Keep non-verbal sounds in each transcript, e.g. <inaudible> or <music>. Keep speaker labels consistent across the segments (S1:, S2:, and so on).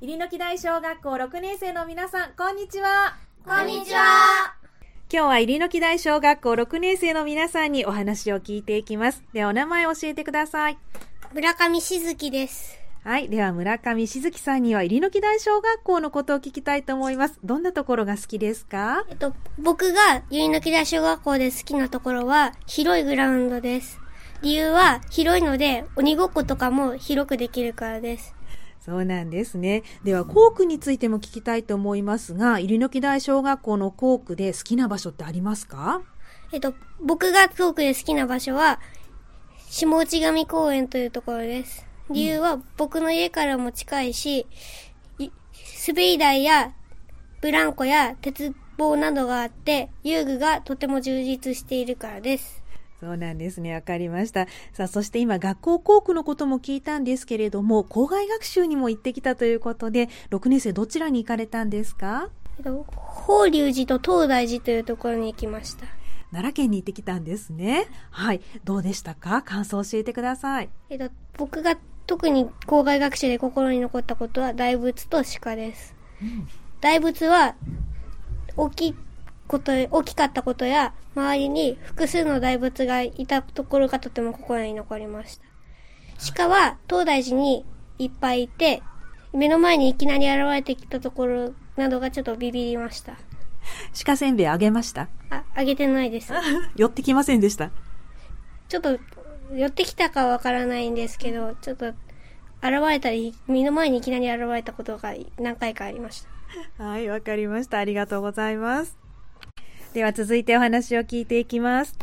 S1: 入りの木台小学校6年生の皆さん、こんにちは。
S2: こんにちは。
S1: 今日は入りの木台小学校6年生の皆さんにお話を聞いていきます。ではお名前を教えてください。
S2: 村上しずきです。
S1: はい。では村上しずきさんには入りの木台小学校のことを聞きたいと思います。どんなところが好きですか
S2: えっと、僕がゆいのき大小学校で好きなところは、広いグラウンドです。理由は、広いので、鬼ごっことかも広くできるからです。
S1: そうなんですね。では校区についても聞きたいと思いますが、入りの木台小学校の校区で好きな場所ってありますか
S2: えっと、僕がトークで好きな場所は、下内上公園というところです。理由は、僕の家からも近いし、い滑り台や、ブランコや鉄棒などがあって、遊具がとても充実しているからです。
S1: そうなんですね。わかりました。さあ、そして今、学校校区のことも聞いたんですけれども、校外学習にも行ってきたということで、6年生どちらに行かれたんですか
S2: えっと、法隆寺と東大寺というところに行きました。
S1: 奈良県に行ってきたんですね。はい。どうでしたか感想を教えてください。
S2: えっと、僕が特に校外学習で心に残ったことは大仏と鹿です。大仏は、大きいこと、大きかったことや、周りに複数の大仏がいたところがとても心に残りました。鹿は東大寺にいっぱいいて、目の前にいきなり現れてきたところなどがちょっとビビりました。
S1: 鹿せんべいあげました。 <laughs>
S2: あ、あげてないです。
S1: 寄ってきませんでした。
S2: ちょっと、寄ってきたかわからないんですけど、ちょっと、現れたり、目の前にいきなり現れたことが何回かありました。
S1: はい、わかりました。ありがとうございます。では続いてお話を聞いていきます。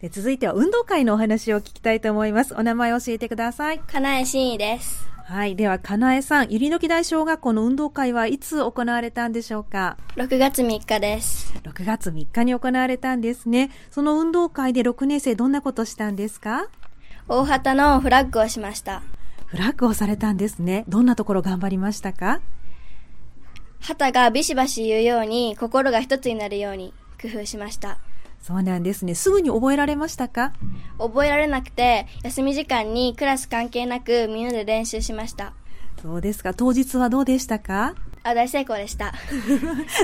S1: で続いては運動会のお話を聞きたいと思います。お名前を教えてください。
S2: かなえしんいです。
S1: はい。では、かなえさん、ゆりのき大小学校の運動会はいつ行われたんでしょうか
S2: 6月3日です。
S1: ?6 月3日に行われたんですね。その運動会で6年生どんなことしたんですか
S2: 大旗のフラッグをしました。
S1: フラッグをされたんですね。どんなところ頑張りましたか
S2: 旗がビシバシ言うように、心が一つになるように工夫しました。
S1: そうなんですね。すぐに覚えられましたか
S2: 覚えられなくて、休み時間にクラス関係なくみんなで練習しました。
S1: そうですか。当日はどうでしたか <laughs>
S2: あ、大成功でした。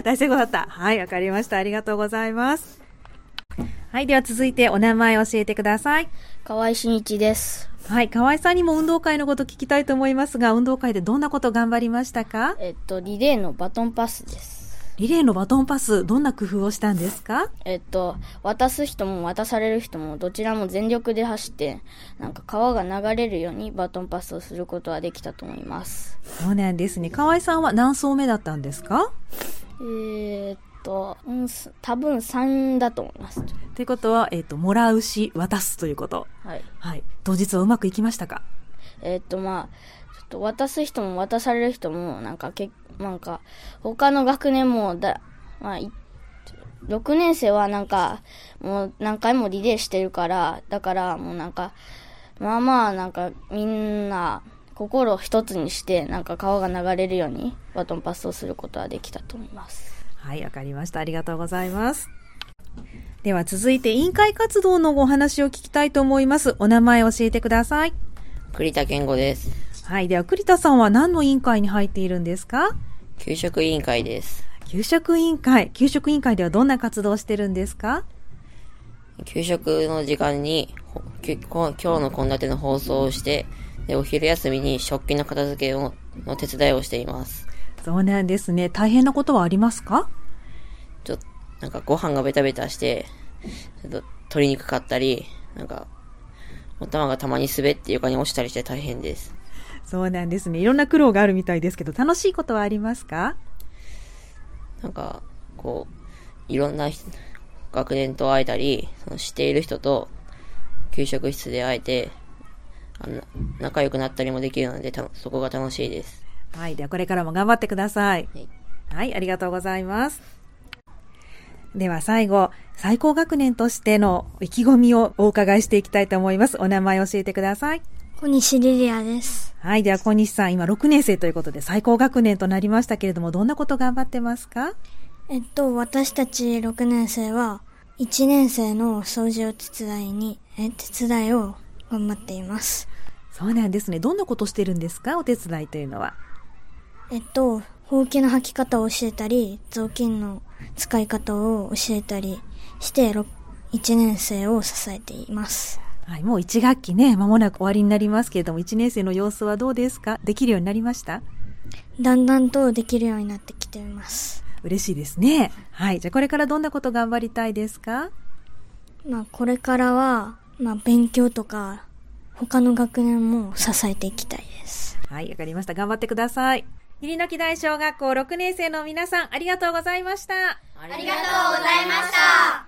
S1: 大成功だった。はい、わかりました。ありがとうございます。はい、では続いてお名前を教えてください。
S2: <laughs> 河合俊一です。
S1: はい、河合さんにも運動会のこと聞きたいと思いますが、運動会でどんなこと頑張りましたか
S3: えっと、リレーのバトンパスです。
S1: リレーのバトンパス、どんな工夫をしたんですか
S3: えっと、渡す人も渡される人もどちらも全力で走って、なんか川が流れるようにバトンパスをすることはできたと思います。
S1: そうなんですね。河合さんは何層目だったんですか
S3: えーっと、うん、す多分3だと思います。
S1: ということは、えっ、と、もらうし、渡すということ。
S3: はい。
S1: はい。当日はうまくいきましたか
S3: えーっと、まあ、ちょっと渡す人も渡される人も、なんかけ、なんか、他の学年もだ、まあ、い6年生はなんか、もう何回もリレーしてるから、だからもうなんか、まあまあなんかみんな心を一つにして、なんか川が流れるようにバトンパスをすることはできたと思います。
S1: はい、わかりました。ありがとうございます。では続いて委員会活動のお話を聞きたいと思います。お名前を教えてください。
S4: 栗田健吾です。
S1: はい。では、栗田さんは何の委員会に入っているんですか
S4: 給食委員会です。
S1: 給食委員会。給食委員会ではどんな活動をしてるんですか
S4: 給食の時間に、ほきこ今日の献立の放送をして、でお昼休みに食器の片付けをの手伝いをしています。
S1: そうなんですね。大変なことはありますか
S4: ちょっと、なんかご飯がベタベタして、ちょっと取りにくかったり、なんか、お玉がたまに滑って床に落ちたりして大変です。
S1: そうなんですね。いろんな苦労があるみたいですけど、楽しいことはありますか
S4: なんか、こう、いろんな人学年と会えたり、その知っている人と、給食室で会えて、あの仲良くなったりもできるので、たそこが楽しいです。
S1: はい。では、これからも頑張ってください。
S4: はい
S1: はい。ありがとうございます。では、最後、最高学年としての意気込みをお伺いしていきたいと思います。お名前を教えてください。
S2: 小西リリアです。
S1: はい。では、小西さん、今6年生ということで、最高学年となりましたけれども、どんなこと頑張ってますか
S5: えっと、私たち6年生は、1年生の掃除を手伝いに、え、手伝いを頑張っています。
S1: そうなんですね。どんなことしてるんですかお手伝いというのは。
S5: えっと、ほうきの履き方を教えたり、雑巾の使い方を教えたりして、ろ1年生を支えています。
S1: はい、もう1学期ね、間もなく終わりになりますけれども、1年生の様子はどうですかできるようになりました
S5: だんだんとできるようになってきています。
S1: 嬉しいですね。はい、じゃあこれからどんなこと頑張りたいですか
S5: まあ、これからは、まあ、勉強とか、他の学年も支えていきたいです。
S1: はい、わかりました。頑張ってください。入野木大小学校6年生の皆さん、ありがとうございました。
S2: ありがとうございました。